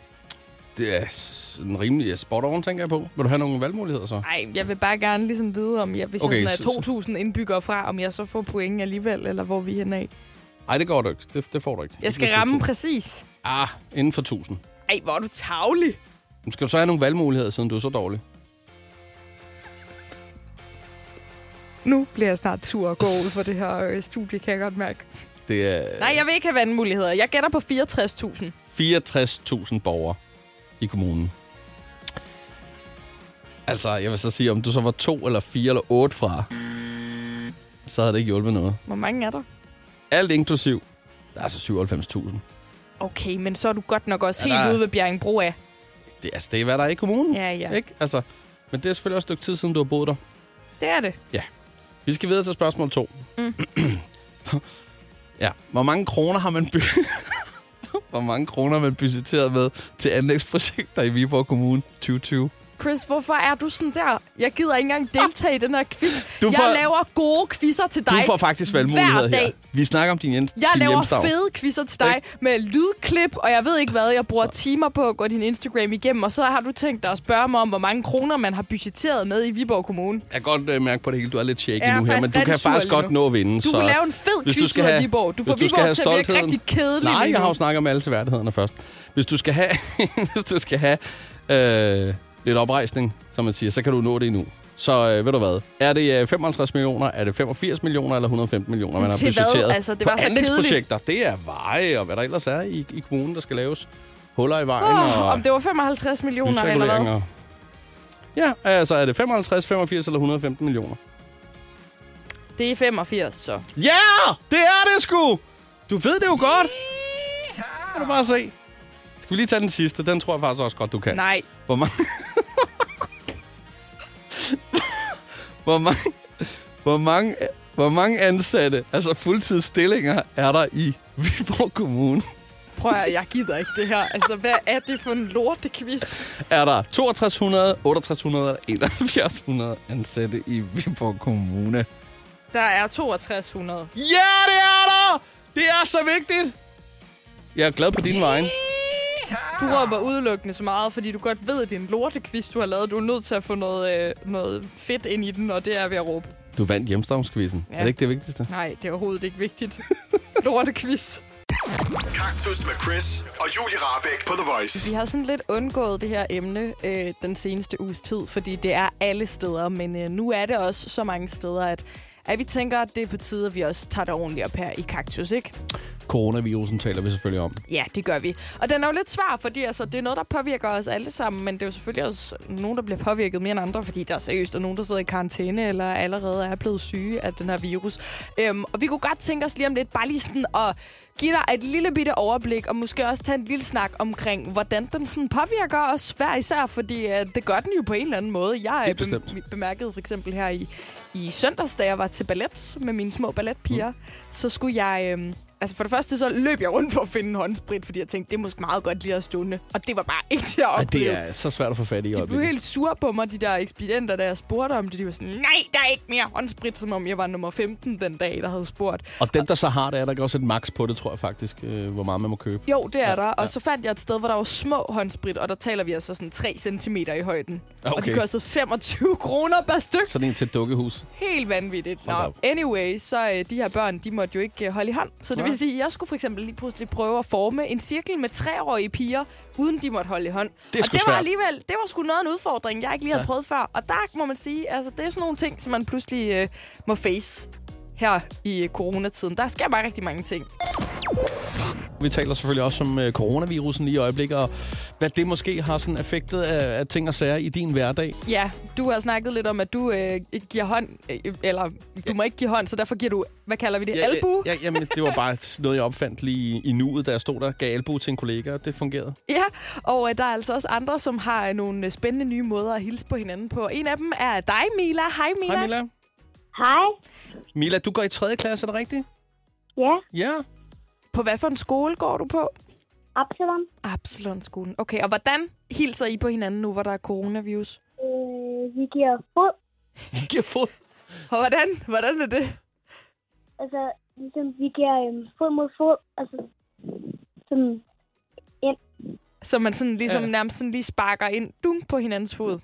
B: Det er sådan rimelig ja, spot on, tænker jeg på. Vil du have nogle valgmuligheder så?
C: Nej, jeg vil bare gerne ligesom vide, om jeg, hvis okay,
B: Okay,
C: jeg
B: så-
C: sådan
B: så-
C: er 2.000 indbyggere fra, om jeg så får point alligevel, eller hvor vi er henne af.
B: Nej, det går du ikke. Det, det får du ikke.
C: Jeg skal
B: Hvis du er
C: ramme
B: to-
C: præcis.
B: Ah, inden for 1000.
C: Ej, hvor er du tavlig.
B: Men Skal du så have nogle valgmuligheder, siden du er så dårlig?
C: Nu bliver jeg snart tur og gål for det her øh, studie, kan jeg godt mærke.
B: Det er
C: Nej, jeg vil ikke have vandmuligheder. Jeg gætter på 64.000.
B: 64.000 borgere i kommunen. Altså, jeg vil så sige, om du så var to eller fire eller otte fra, så havde det ikke hjulpet noget.
C: Hvor mange er der?
B: Alt inklusiv, der er altså så 97.000.
C: Okay, men så er du godt nok også
B: Ja,
C: helt
B: der er-
C: ude ved Bjerringbro af.
B: Det, altså, det er, hvad der er i kommunen.
C: Ja, ja.
B: Ikke? Altså, men det er selvfølgelig også et stykke tid siden, du har boet der.
C: Det er det.
B: Ja. Vi skal videre til spørgsmål 2.
C: Mm.
B: [clears throat] ja. Hvor mange kroner har man by- [laughs] Hvor mange kroner har man budgetteret med til anlægsprojekter i Viborg Kommune 2020?
C: Chris, hvorfor er du sådan der? Jeg gider ikke engang deltage i den her quiz.
B: Du
C: Du får,
B: får-
C: jeg laver gode quizzer til dig
B: Du får faktisk valgmuligheder
C: hver dag.
B: her. Vi snakker om din, hjem-
C: Jeg
B: din
C: laver
B: hjemstavn.
C: fede quizzer til dig med lydklip, og jeg ved ikke hvad. Jeg bruger timer på at gå din Instagram igennem, og så har du tænkt dig at spørge mig om, hvor mange kroner man har budgetteret med i Viborg Kommune.
B: Jeg kan godt øh, mærke på det hele, du er lidt shaky
C: Jeg er
B: nu her, men
C: faktisk
B: du kan
C: rigtig sur
B: faktisk
C: lige
B: godt
C: nu.
B: nå at vinde.
C: Du
B: så
C: kunne lave en fed
B: hvis
C: quiz
B: du skal
C: ud af
B: have-
C: Viborg. Du får
B: hvis skal
C: Viborg
B: have
C: til at virke
B: stoltheden-
C: rigtig kedelig
B: Nej,
C: lige
B: jeg
C: nu.
B: har jo snakket om alle seværdighederne først. Hvis du skal have, [laughs] hvis du skal have øh, lidt oprejsning, som man siger, så kan du nå det endnu. Så øh, ved du hvad, er det øh, 55 millioner, er det 85 millioner eller 115 millioner, man har
C: Til hvad?
B: budgetteret?
C: Altså, det
B: for
C: var så kedeligt.
B: anlægsprojekter, det er veje og hvad der ellers er i, i kommunen, der skal laves. Huller i vejen
C: Åh,
B: og
C: om det var 55 millioner eller hvad?
B: lysreguleringer. Ja, altså er det 55, 85 eller 115 millioner?
C: Det er 85, så.
B: Ja, yeah, det er det sgu! Du ved det jo godt! Kan du bare se. Skal vi lige tage den sidste? Den tror jeg faktisk også godt, du kan.
C: Nej.
B: Hvor mange... hvor mange... Hvor mange... Hvor mange ansatte, altså fuldtidsstillinger, er der i Viborg Kommune?
C: Prøv at, jeg gider ikke det her. Altså, hvad er det for en lortequiz?
B: Er der 6200, 6800 eller 7100 ansatte i Viborg Kommune?
R: Der er 6200.
B: Ja, det er der! Det er så vigtigt! Jeg er glad på din vejen.
C: Du råber udelukkende så meget, fordi du godt ved, at det er en lortequiz, du har lavet. Du er nødt til at få noget, øh, noget fedt ind i den, og det er ved at råbe.
B: Du vandt hjemstavnskvizzen. Ja. Er det ikke det vigtigste?
C: Nej, det er overhovedet ikke [laughs] vigtigt. Lortequiz.
A: Kaktus med Chris og Julie Rabeck på The Voice.
C: Vi har sådan lidt undgået det her emne øh, den seneste uges tid, fordi det er alle steder, men øh, nu er det også så mange steder, at, at vi tænker, at det er på tide, at vi også tager det ordentligt op her i Kaktus, ikke?
B: Coronavirusen taler vi selvfølgelig om.
C: Ja, det gør vi. Og den er jo lidt svær, fordi altså, det er noget, der påvirker os alle sammen, men det er jo selvfølgelig også nogen, der bliver påvirket mere end andre, fordi der er seriøst er nogen, der sidder i karantæne eller allerede er blevet syge af den her virus. Øhm, og vi kunne godt tænke os lige om lidt bare lige sådan at give dig et lille bitte overblik, og måske også tage en lille snak omkring, hvordan den sådan påvirker os hver især, fordi øh, det gør den jo på en eller anden måde. Jeg
B: Helt
C: øh, bem-
B: bestemt.
C: bemærkede for eksempel her i, i søndags, da jeg var til ballet med mine små balletpiger, mm. så skulle jeg... Øh, altså for det første så løb jeg rundt for at finde en håndsprit, fordi jeg tænkte, det er måske meget godt lige at stående. Og det var bare ikke til at
B: Ej,
C: opleve.
B: det er så svært at få fat i i
C: De blev
B: øjeblikket.
C: helt sure på mig, de der ekspedienter, der jeg spurgte om det. De var sådan, nej, der er ikke mere håndsprit, som om jeg var nummer 15 den dag, der havde spurgt.
B: Og dem, der så har det, er der ikke også et max på det, tror jeg faktisk, øh, hvor meget man må købe.
C: Jo, det er ja, der. Og ja. så fandt jeg et sted, hvor der var små håndsprit, og der taler vi altså sådan 3 cm i højden. Okay. Og
B: Okay.
C: de kostede 25 kroner per styk.
B: Sådan en til et dukkehus.
C: Helt vanvittigt. Nå,
B: Hold op.
C: anyway, så øh, de her børn, de måtte jo ikke øh, holde i hånd. Så det
B: Nej.
C: vil sige, at jeg skulle for eksempel lige pludselig prøve at forme en cirkel med treårige piger, uden de måtte holde i hånd.
B: Det er
C: og
B: sgu
C: det var
B: svært.
C: alligevel, det var sgu noget af en udfordring, jeg ikke lige havde
B: Ja.
C: ja. prøvet før. Og der må man sige, altså det er sådan nogle ting, som man pludselig øh, må face her i øh, coronatiden. Der sker bare rigtig mange ting.
B: Vi taler selvfølgelig også om øh, coronavirusen lige i øjeblikket, og hvad det måske har sådan affektet af, af ting og sager i din hverdag.
C: Ja, du har snakket lidt om, at du øh, ikke giver hånd, øh, eller du må ikke give hånd, så derfor giver du, hvad kalder vi det, ja, albu?
B: Ja, ja, jamen, det var bare et- noget, jeg opfandt lige i, i nuet, da jeg stod der, gav albu til en kollega, og det fungerede.
C: [laughs] Ja, og øh, der er altså også andre, som har øh, nogle øh, spændende nye måder at hilse på hinanden på. En af dem er dig, Mila. Hej, Mila.
B: Hej, Mila.
C: Hej.
B: Mila, du går i 3. klasse, er det rigtigt?
C: Ja.
B: Ja.
C: På hvad for en skole går du på?
S: Absalon.
C: Absalon-skolen. Okay, og hvordan hilser I på hinanden nu, hvor der er coronavirus?
S: Øh, vi giver fod.
B: Vi giver fod?
C: Og hvordan? Hvordan er det?
S: Altså, ligesom, vi giver øhm, fod mod fod. Altså, sådan,
C: Så man sådan ligesom
S: Ja.
C: ja. nærmest sådan lige sparker ind dunk på hinandens fod?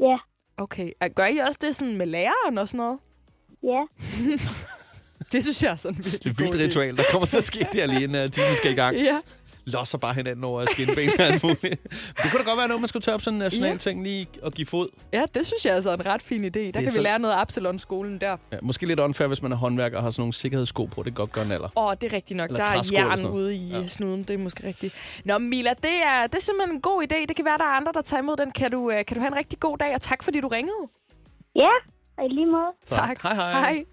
S: Ja.
C: Okay, og gør I også det sådan med læreren og sådan noget?
S: ja.
C: [laughs] Det synes jeg er sådan virkelig
B: Det er et vildt ritual, der kommer til at ske der lige inden uh, timen skal i gang.
C: Ja.
B: Losser bare hinanden over skinben og alt muligt. Det kunne da godt være noget, man skulle tage op sådan en national
C: Ja.
B: ting lige og give fod.
C: Ja, det synes jeg altså er en ret fin idé. Der kan
B: så-
C: vi lære noget af Absalon-skolen der.
B: Ja, måske lidt unfair, hvis man er håndværker og har sådan nogle sikkerhedssko på. Det kan godt gøre en alder.
C: Åh, oh, det er rigtigt nok.
B: Eller
C: Eller der er
B: træsko eller sådan
C: jern
B: noget.
C: ude i ja. snuden, det er måske rigtigt. Nå, Mila, det er, det er simpelthen en god idé. Det kan være, der er andre, der tager imod den. Kan du, øh, kan du have en rigtig god dag, og tak fordi du ringede.
S: Ja, og i lige måde.
B: Tak. Hej, hej.
C: hej.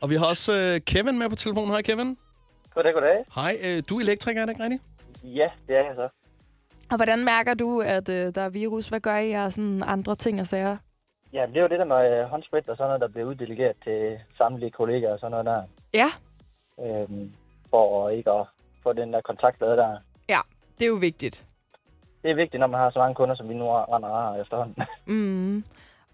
B: Og vi har også øh, Kevin med på telefonen. Hej, Kevin.
T: Goddag, goddag.
B: Hej, øh, du er elektriker, er det ikke rigtigt?
T: Ja, det er jeg så.
C: Og hvordan mærker du, at øh, der er virus? Hvad gør I af sådan andre ting og sager?
T: Ja, det var det der med øh, håndsprit og sådan noget, der blev uddelegeret til samtlige kollegaer og sådan noget der.
C: Ja.
T: Øhm, for ikke at få den der kontaktflade der.
C: Ja, det er jo vigtigt.
T: Det er vigtigt, når man har så mange kunder, som vi nu render og har efterhånden. [laughs]
C: Mm.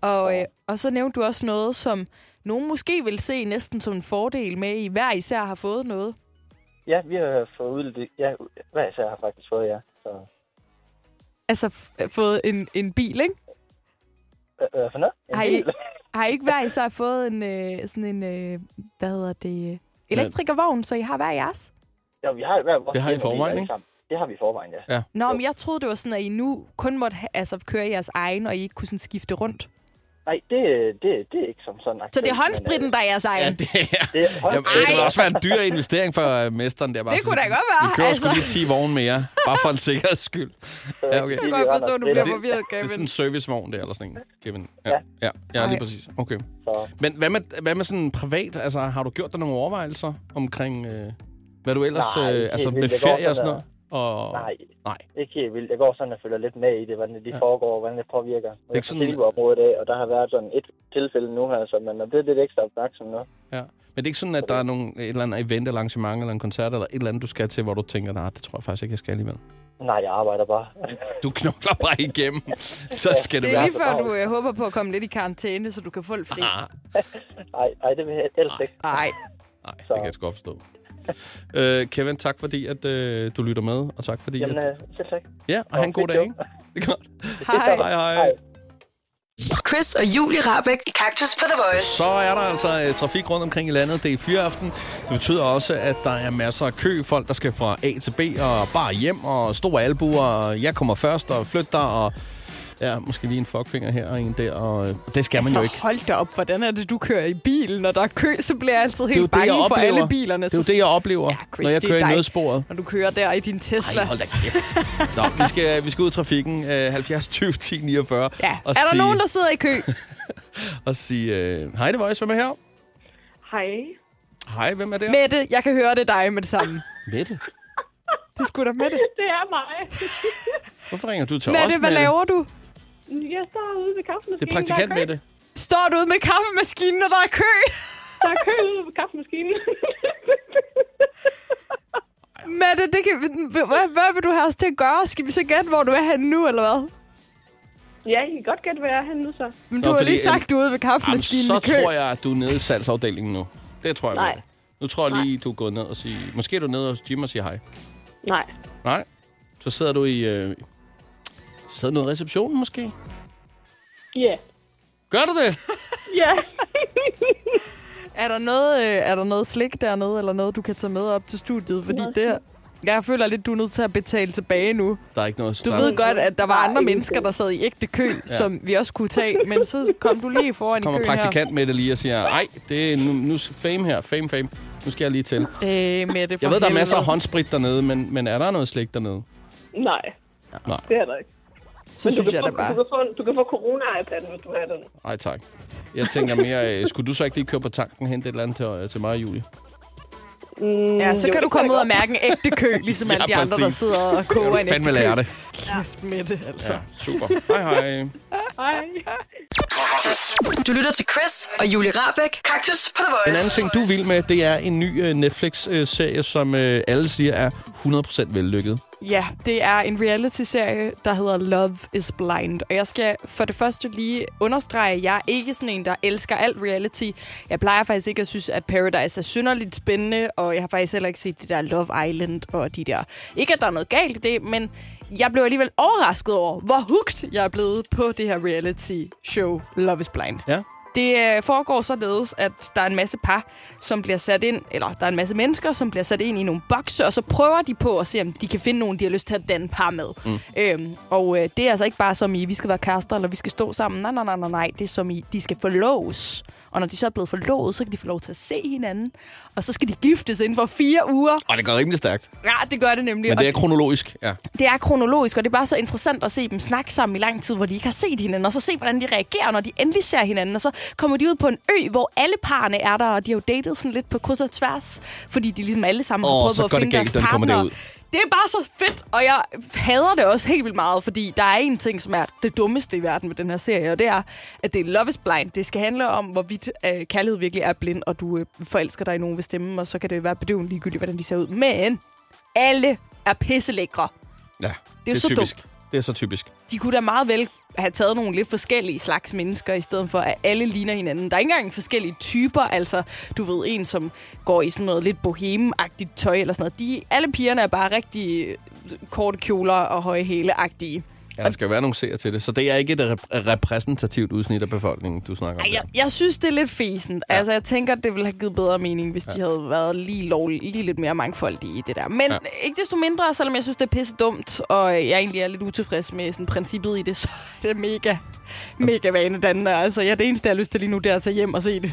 C: Og, øh, og så nævnte du også noget, som nogen måske vil se næsten som en fordel med, at I hver især har fået noget.
T: ja, vi har fået uddelegeret... Ja, hvad jeg har faktisk fået, ja. Så, øh,
C: Altså f- fået en, en bil, ikke?
T: hvad, øh, hvad for noget? En
C: Har I,
T: [laughs] bil?
C: har I ikke hver især fået en, øh, sådan en, øh, hvad hedder det, øh, elektrikervogn, så I har hver jeres?
T: Jo, vi har hver vores
B: Det har I i
T: firmabil
B: forvejen,
T: alle
B: ikke?
T: sammen. Det har vi i forvejen, ja.
B: Ja.
C: Nå, men jeg troede, det var sådan, at I nu kun måtte ha- altså, køre jeres egen, og I ikke kunne sådan skifte rundt.
T: Nej, det, det, det er ikke som sådan. øh,
C: Så det er håndspritten, der er jeres egen? Ja,
B: det,
T: Det, er hånd...
B: Jamen, det kunne også være en dyr investering for øh, mesteren der. Bare
C: Det
B: sådan,
C: kunne da godt være,
B: Vi kører altså.
C: altså."
B: sgu lige 10 vogne mere, bare for en sikkerheds
C: [laughs]
B: skyld. Ja, okay.
C: Jeg kan godt forstå, at du bliver forvirret,
B: Det er sådan
C: Kevin.
B: en servicevogn der, eller sådan en, Kevin. Ja, ja, ja lige
C: Ej.
B: præcis. Okay. Men hvad med, hvad med sådan privat? Altså, har du gjort dig nogle overvejelser omkring, øh, hvad du ellers,
T: Nej,
B: øh,
T: helt
B: altså
T: vildt.
B: med
T: Jeg går
B: ferie og
T: sådan
B: sådan
T: der-
B: noget? Og...
T: Nej.
B: Nej.
T: Ikke helt vildt. Jeg går sådan og følger lidt med i det, hvordan det lige
B: Ja.
T: ja. foregår, og hvordan det påvirker. Det
B: er ikke sådan-
T: området af, og der har været sådan et tilfælde nu her, så man er blevet lidt ekstra opmærksom nu.
B: Ja. Men det er ikke sådan, at der er nogen, et eller andet event, eller arrangement, eller en koncert, eller et eller andet, du skal til, hvor du tænker, nej, det tror jeg faktisk ikke, jeg skal alligevel.
T: Nej, jeg arbejder bare. [laughs]
B: Du knokler bare igennem. Så skal det,
C: det er
B: være.
C: lige før, du øh, håber på at komme lidt i karantæne, så du kan få lidt fri.
B: Ah,
T: Nej, nej, det vil jeg helst ikke.
C: Nej.
B: nej, det kan jeg sgu godt forstå. øh, Kevin, tak fordi, at øh, du lytter med, og tak fordi...
T: Jamen,
B: at...
T: øh, selv tak.
B: Ja, og have en god dag, ikke? Det er godt.
D: Hej.
B: Hej, hej.
D: Chris og Julie Rabeck i Kaktus på The Voice.
B: Så er der altså øh, trafik rundt omkring i landet. Det er fyraften. Det betyder også, at der er masser af kø. Folk, der skal fra A til B og bare hjem og store albuer. Og jeg kommer først og flytter og... Ja, måske lige en fuckfinger her og en der. Og øh, det skal man jo ikke.
C: hold da op, hvordan er det, du kører i bil? Når der er kø, så bliver jeg altid
B: Det er jo
C: helt
B: det,
C: bange
B: jeg
C: for
B: oplever.
C: alle bilerne.
B: Det er jo
C: så-
B: det, jeg oplever,
C: Chris,
B: når jeg
C: det er
B: kører i
C: dig.
B: nødsporet.
C: Når du kører der i din Tesla.
B: Ej, hold da kæft. [laughs] Nå, vi skal, vi skal ud i trafikken. Øh, 70 20 10 49.
C: Ja. Er der nogen, der sidder i kø?
B: Og sige, øh, hej, det var hvem er her?
U: Hej.
B: Hej, hvem er der?
C: Mette, jeg kan høre det er dig med det samme.
B: Mette.
C: Det skulle da
B: [laughs]
C: Mette.
U: [laughs] Det er mig. [laughs]
B: Hvorfor ringer du til os,
C: Mette, hvad laver du?
U: Jeg står ude ved kaffemaskinen.
B: Det er praktikant
U: der kø.
B: Mette.
C: Står du ude med kaffemaskinen, og der er kø? [laughs]
U: Der er kø ude ved kaffemaskinen.
B: [laughs]
C: Mette, det kan, hvad, hvad vil du have os til at gøre? Skal vi så gætte, hvor du er henne nu, eller hvad?
U: ja, I kan godt gætte, hvor jeg er henne nu så.
C: Men du har lige sagt, du er ude ved kaffemaskinen
B: Jamen,
C: i kø.
B: så tror jeg, at du er nede i salgsafdelingen nu. Det tror jeg,
U: Nej.
B: Mette. Nu tror jeg lige, du er gået ned og siger... Måske er du nede hos Jim og siger hej.
U: Nej.
B: Nej. Så sidder du i... Øh, sidder du i receptionen måske?
U: Ja.
B: Gør du det?
U: Ja.
C: Er der, noget, øh, er der noget slik dernede, eller noget, du kan tage med op til studiet? Fordi det her, jeg føler lidt, du er nødt til at betale tilbage nu.
B: Der er ikke noget...
C: [laughs] Du
B: der-
C: ved godt, at der var
U: Nej,
C: andre
U: ingenting.
C: mennesker, der sad i ægte kø,
B: Ja.
C: som vi også kunne tage, men så kom du lige foran i køen
B: kommer praktikant med det lige og siger, ej, det er nu, nu fame her, fame, fame. Nu skal jeg lige til.
C: her. Øh, Mette, for
B: Jeg ved, der er masser af
C: helvede.
B: håndsprit dernede, men, men er der noget slik dernede?
U: Nej,
B: Nej,
U: det er der ikke.
C: Så
U: Men du
C: synes
U: kan
C: jeg
U: få,
C: da bare-
U: Du kan få, du kan få corona-iPad'en, hvis du har den.
B: ej tak. Jeg tænker mere, øh, skulle du så ikke lige køre på tanken hen et eller andet til, øh, til mig og Julie?
U: Mm,
C: Ja, så
U: jo,
C: kan du
U: det
C: komme ud
U: jeg
C: og mærke en ægte kø,
B: [laughs]
C: ligesom
B: Ja,
C: alle de andre, der
B: præcis.
C: sidder og
B: Jeg
C: koger
B: vil
C: en ægte
B: fandme
C: kø.
B: lære det.
C: Kæft med det, altså.
B: Ja, super. Hej, hej.
U: godt. Hej.
D: Du lytter til Chris og Julie Rabeck. Kaktus på The Voice.
B: En anden ting, du er vild med, det er en ny øh, Netflix-serie, som øh, alle siger er 100% vellykket.
C: Ja, det er en reality-serie, der hedder Love is Blind. Og jeg skal for det første lige understrege, at jeg er ikke sådan en, der elsker alt reality. Jeg plejer faktisk ikke at synes, at Paradise er synderligt spændende, og jeg har faktisk heller ikke set det der Love Island og de der. Ikke, at der er noget galt i det, men jeg blev alligevel overrasket over, hvor hugt jeg er blevet på det her reality-show Love is Blind.
B: Ja.
C: Det øh, foregår således, at der er en masse par, som bliver sat ind, eller der er en masse mennesker, som bliver sat ind i nogle bokse, og så prøver de på at se, om de kan finde nogen, de har lyst til at danne par med. Mm. Øhm, og øh, det er altså ikke bare som i, vi skal være kærester, eller vi skal stå sammen. Nej, nej, nej, nej, nej. Det er som i, de skal forloves. Og når de så er blevet forlovet, så kan de få lov til at se hinanden. Og så skal de giftes inden for fire uger.
B: Og det går rimelig stærkt.
C: Ja, det gør det nemlig.
B: Men
C: Og
B: det er kronologisk, ja.
C: det er kronologisk, og det er bare så interessant at se dem snakke sammen i lang tid, hvor de ikke har set hinanden, og så se, hvordan de reagerer, når de endelig ser hinanden. Og så kommer de ud på en ø, hvor alle parerne er der, og de har jo datet sådan lidt på kryds og tværs, fordi de ligesom alle sammen
B: Åh,
C: har prøvet
B: så
C: på at
B: går det
C: finde
B: galt,
C: deres
B: den kommer
C: partner.
B: derud.
C: Det er bare så fedt, og jeg hader det også helt vildt meget, fordi der er en ting, som er det dummeste i verden med den her serie, og det er, at det er love is blind. Det skal handle om, hvorvidt øh, kærlighed virkelig er blind, og du øh, forelsker dig i nogen ved stemmen, og så kan det være bedøvende ligegyldigt, hvordan de ser ud. Men alle er pisselækre.
B: Ja,
C: jo så
B: typisk. Det er så typisk.
C: de kunne da meget vel have taget nogle lidt forskellige slags mennesker, i stedet for at alle ligner hinanden. Der er ikke engang forskellige typer, altså du ved, en som går i sådan noget lidt bohemagtigt tøj eller sådan noget. De, alle pigerne er bare rigtig øh, korte kjoler og høje hæle-agtige.
B: Ja, der skal jo være nogle seere til det. Så det er ikke et rep- repræsentativt udsnit af befolkningen, du snakker om.
C: Ej,
B: der.
C: jeg, jeg synes, det er lidt fesen. Ja. Altså, jeg tænker, det ville have givet bedre mening, hvis ja. de havde været lige, lov, lige lidt mere mangfoldige i det der. Men
B: Ja.
C: ja. ikke desto mindre, selvom jeg synes, det er pisse dumt, og jeg egentlig er lidt utilfreds med sådan, princippet i det, [laughs] så er det mega, mega vanedannende. Altså, jeg, det eneste, jeg har lyst til lige nu, det er at tage hjem og se det.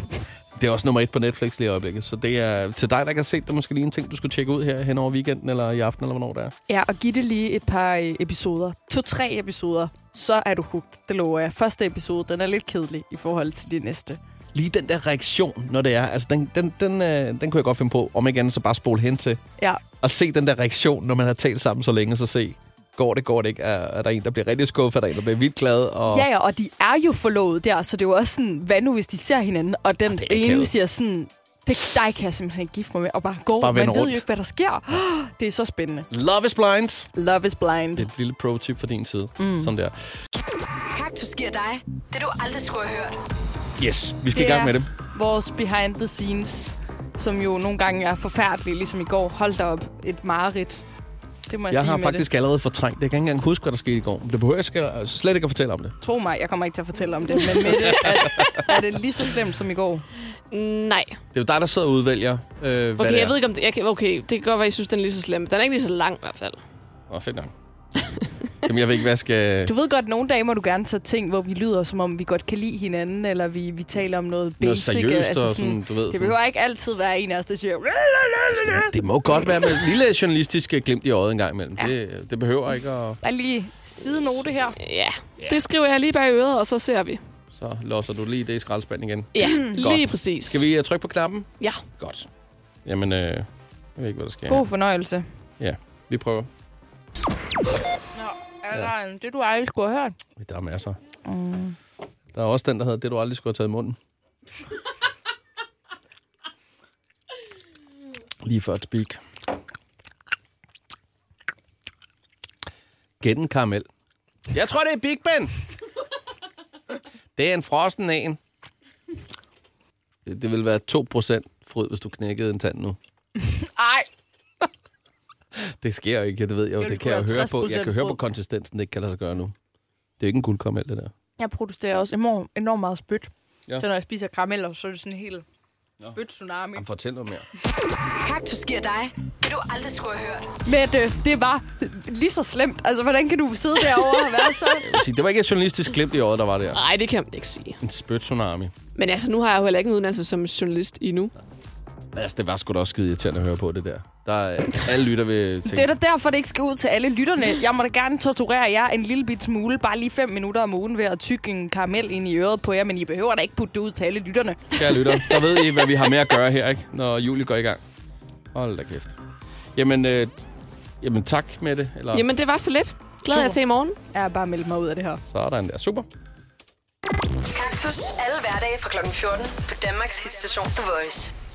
B: Det er også nummer et på Netflix lige i øjeblikket. Så det er til dig, der ikke har set det, måske lige en ting, du skulle tjekke ud her hen over weekenden eller i aften, eller hvornår det er.
C: Ja, og giv det lige et par øh, episoder. To-tre episoder, så er du hooked, det lover jeg. Første episode, den er lidt kedelig i forhold til de næste.
B: lige den der reaktion, når det er, altså den, den, den, øh, den kunne jeg godt finde på, om ikke andet så bare spole hen til.
C: Ja.
B: Og se den der reaktion, når man har talt sammen så længe, så se, går det, går det ikke? Er, er der en, der bliver rigtig skuffet? Er der en, der bliver vildt glad? Og...
C: Ja, ja, og de er jo forlovet der, så det er jo også sådan, hvad nu hvis de ser hinanden, og den ja, ene
B: akavet.
C: siger sådan, det, dig kan jeg simpelthen ikke gifte mig med, og bare går.
B: Bare
C: Man
B: vende
C: ved jo
B: rundt.
C: ikke, hvad der sker. [gasps] Det er så spændende.
B: Love is blind.
C: Love is blind.
B: Det er et lille pro-tip fra din side.
C: Mm.
B: Mm. Sådan der.
D: Kaktus giver dig det, du aldrig skulle have hørt.
B: Yes, vi skal i gang med det.
C: er Vores behind the scenes, som jo nogle gange er forfærdelige, ligesom i går. Hold da op, et mareridt. Det må jeg,
B: Jeg
C: sige
B: har
C: med
B: faktisk
C: det.
B: allerede fortrængt det. Jeg kan ikke engang huske, hvad der skete i går. Men Det behøver jeg skal- øh, slet ikke at fortælle om det.
C: Tro mig, jeg kommer ikke til at fortælle om det, men med det, er, er det lige så slemt som i går?
H: Mm, Nej.
B: Det er jo dig, der sidder og udvælger, øh, okay, hvad
H: Okay,
B: det er.
H: jeg ved ikke, om det... Jeg kan, okay, det kan godt være, I synes, den er lige så slem. Den er ikke lige så lang i hvert fald.
B: Nå, fedt nok. Jamen, jeg ved ikke, hvad jeg skal...
C: Du ved godt, nogle dage må du gerne tage ting, hvor vi lyder, som om vi godt kan lide hinanden, eller vi, vi taler om noget basic.
B: Noget seriøst
C: altså
B: og sådan, du ved,
C: Det
B: sådan.
C: behøver ikke altid være en af os, der siger...
B: Det må godt være med et lille journalistisk glimt i øjet en gang imellem. Ja. Det, det behøver ikke at...
C: Der er lige sidenote her.
H: Ja. Det skriver jeg lige bag øret, og så ser vi.
B: Så losser du lige det i skraldespanden igen.
H: Ja,
B: Godt.
H: lige præcis.
B: Skal vi øh, trykke på knappen?
H: Ja.
B: Godt. Jamen, øh, jeg ved ikke, hvad der sker.
C: God fornøjelse.
B: Ja, vi prøver.
R: Er der en, det, du aldrig skulle have hørt?
B: Der er masser.
C: Mm.
B: Der er også den, der hedder det, du aldrig skulle have taget i
C: [laughs]
B: munden. Lige før et speak. Gæt en karamel. Jeg tror, det er Big
C: [laughs]
B: Ben. Det er en frossen en. Det, det vil være 2% fryd, hvis du knækkede en tand nu.
C: Ej,
B: Det sker jo ikke, det ved jeg jo.
C: Jo,
B: Det,
C: det
B: kan
C: kunne
B: jeg jo
C: være
B: høre på. Jeg
C: 60%
B: kan høre på
C: fryd.
B: konsistensen, det ikke kan lade sig gøre nu. Det er jo ikke en guldkaramel, det der.
C: jeg producerer også enormt, enormt meget spyt.
B: Ja.
C: Ja. Så når jeg spiser karameller, så er det sådan en helt spyt tsunami.
B: Jamen, fortæl noget mere.
D: Kaktus giver dig det, du aldrig skulle have hørt.
C: Mette, øh, det var lige så slemt. Altså, hvordan kan du sidde derovre og være så...
B: Jeg vil sige, Det var ikke et journalistisk glimt i øjet, der var der.
H: Nej, det kan man ikke sige.
B: En spyt-tsunami.
H: Men altså, nu har jeg jo heller ikke en uddannelse som journalist endnu.
B: Men altså, det var sgu da også skide irriterende at høre på det der. Der er, alle lytter ved
C: Det er
B: ting.
C: da derfor, det ikke skal ud til alle lytterne. Jeg må da gerne torturere jer en lille bit smule, bare lige fem minutter om ugen ved at tykke en karamel ind i øret på jer, men I behøver da ikke putte det ud til alle lytterne.
B: Kære lytter, der ved I, hvad vi har med at gøre her, ikke? Når Julie går i gang. Hold da kæft. Jamen, øh, jamen tak med det. Eller
H: Jamen, det var så lidt. Glæder jeg
C: Super.
H: til i morgen.
C: Jeg har bare meldt mig ud af det her.
B: sådan der. Super.
D: Kaktus alle hverdage fra kl. 14 på Danmarks hitstation The Voice.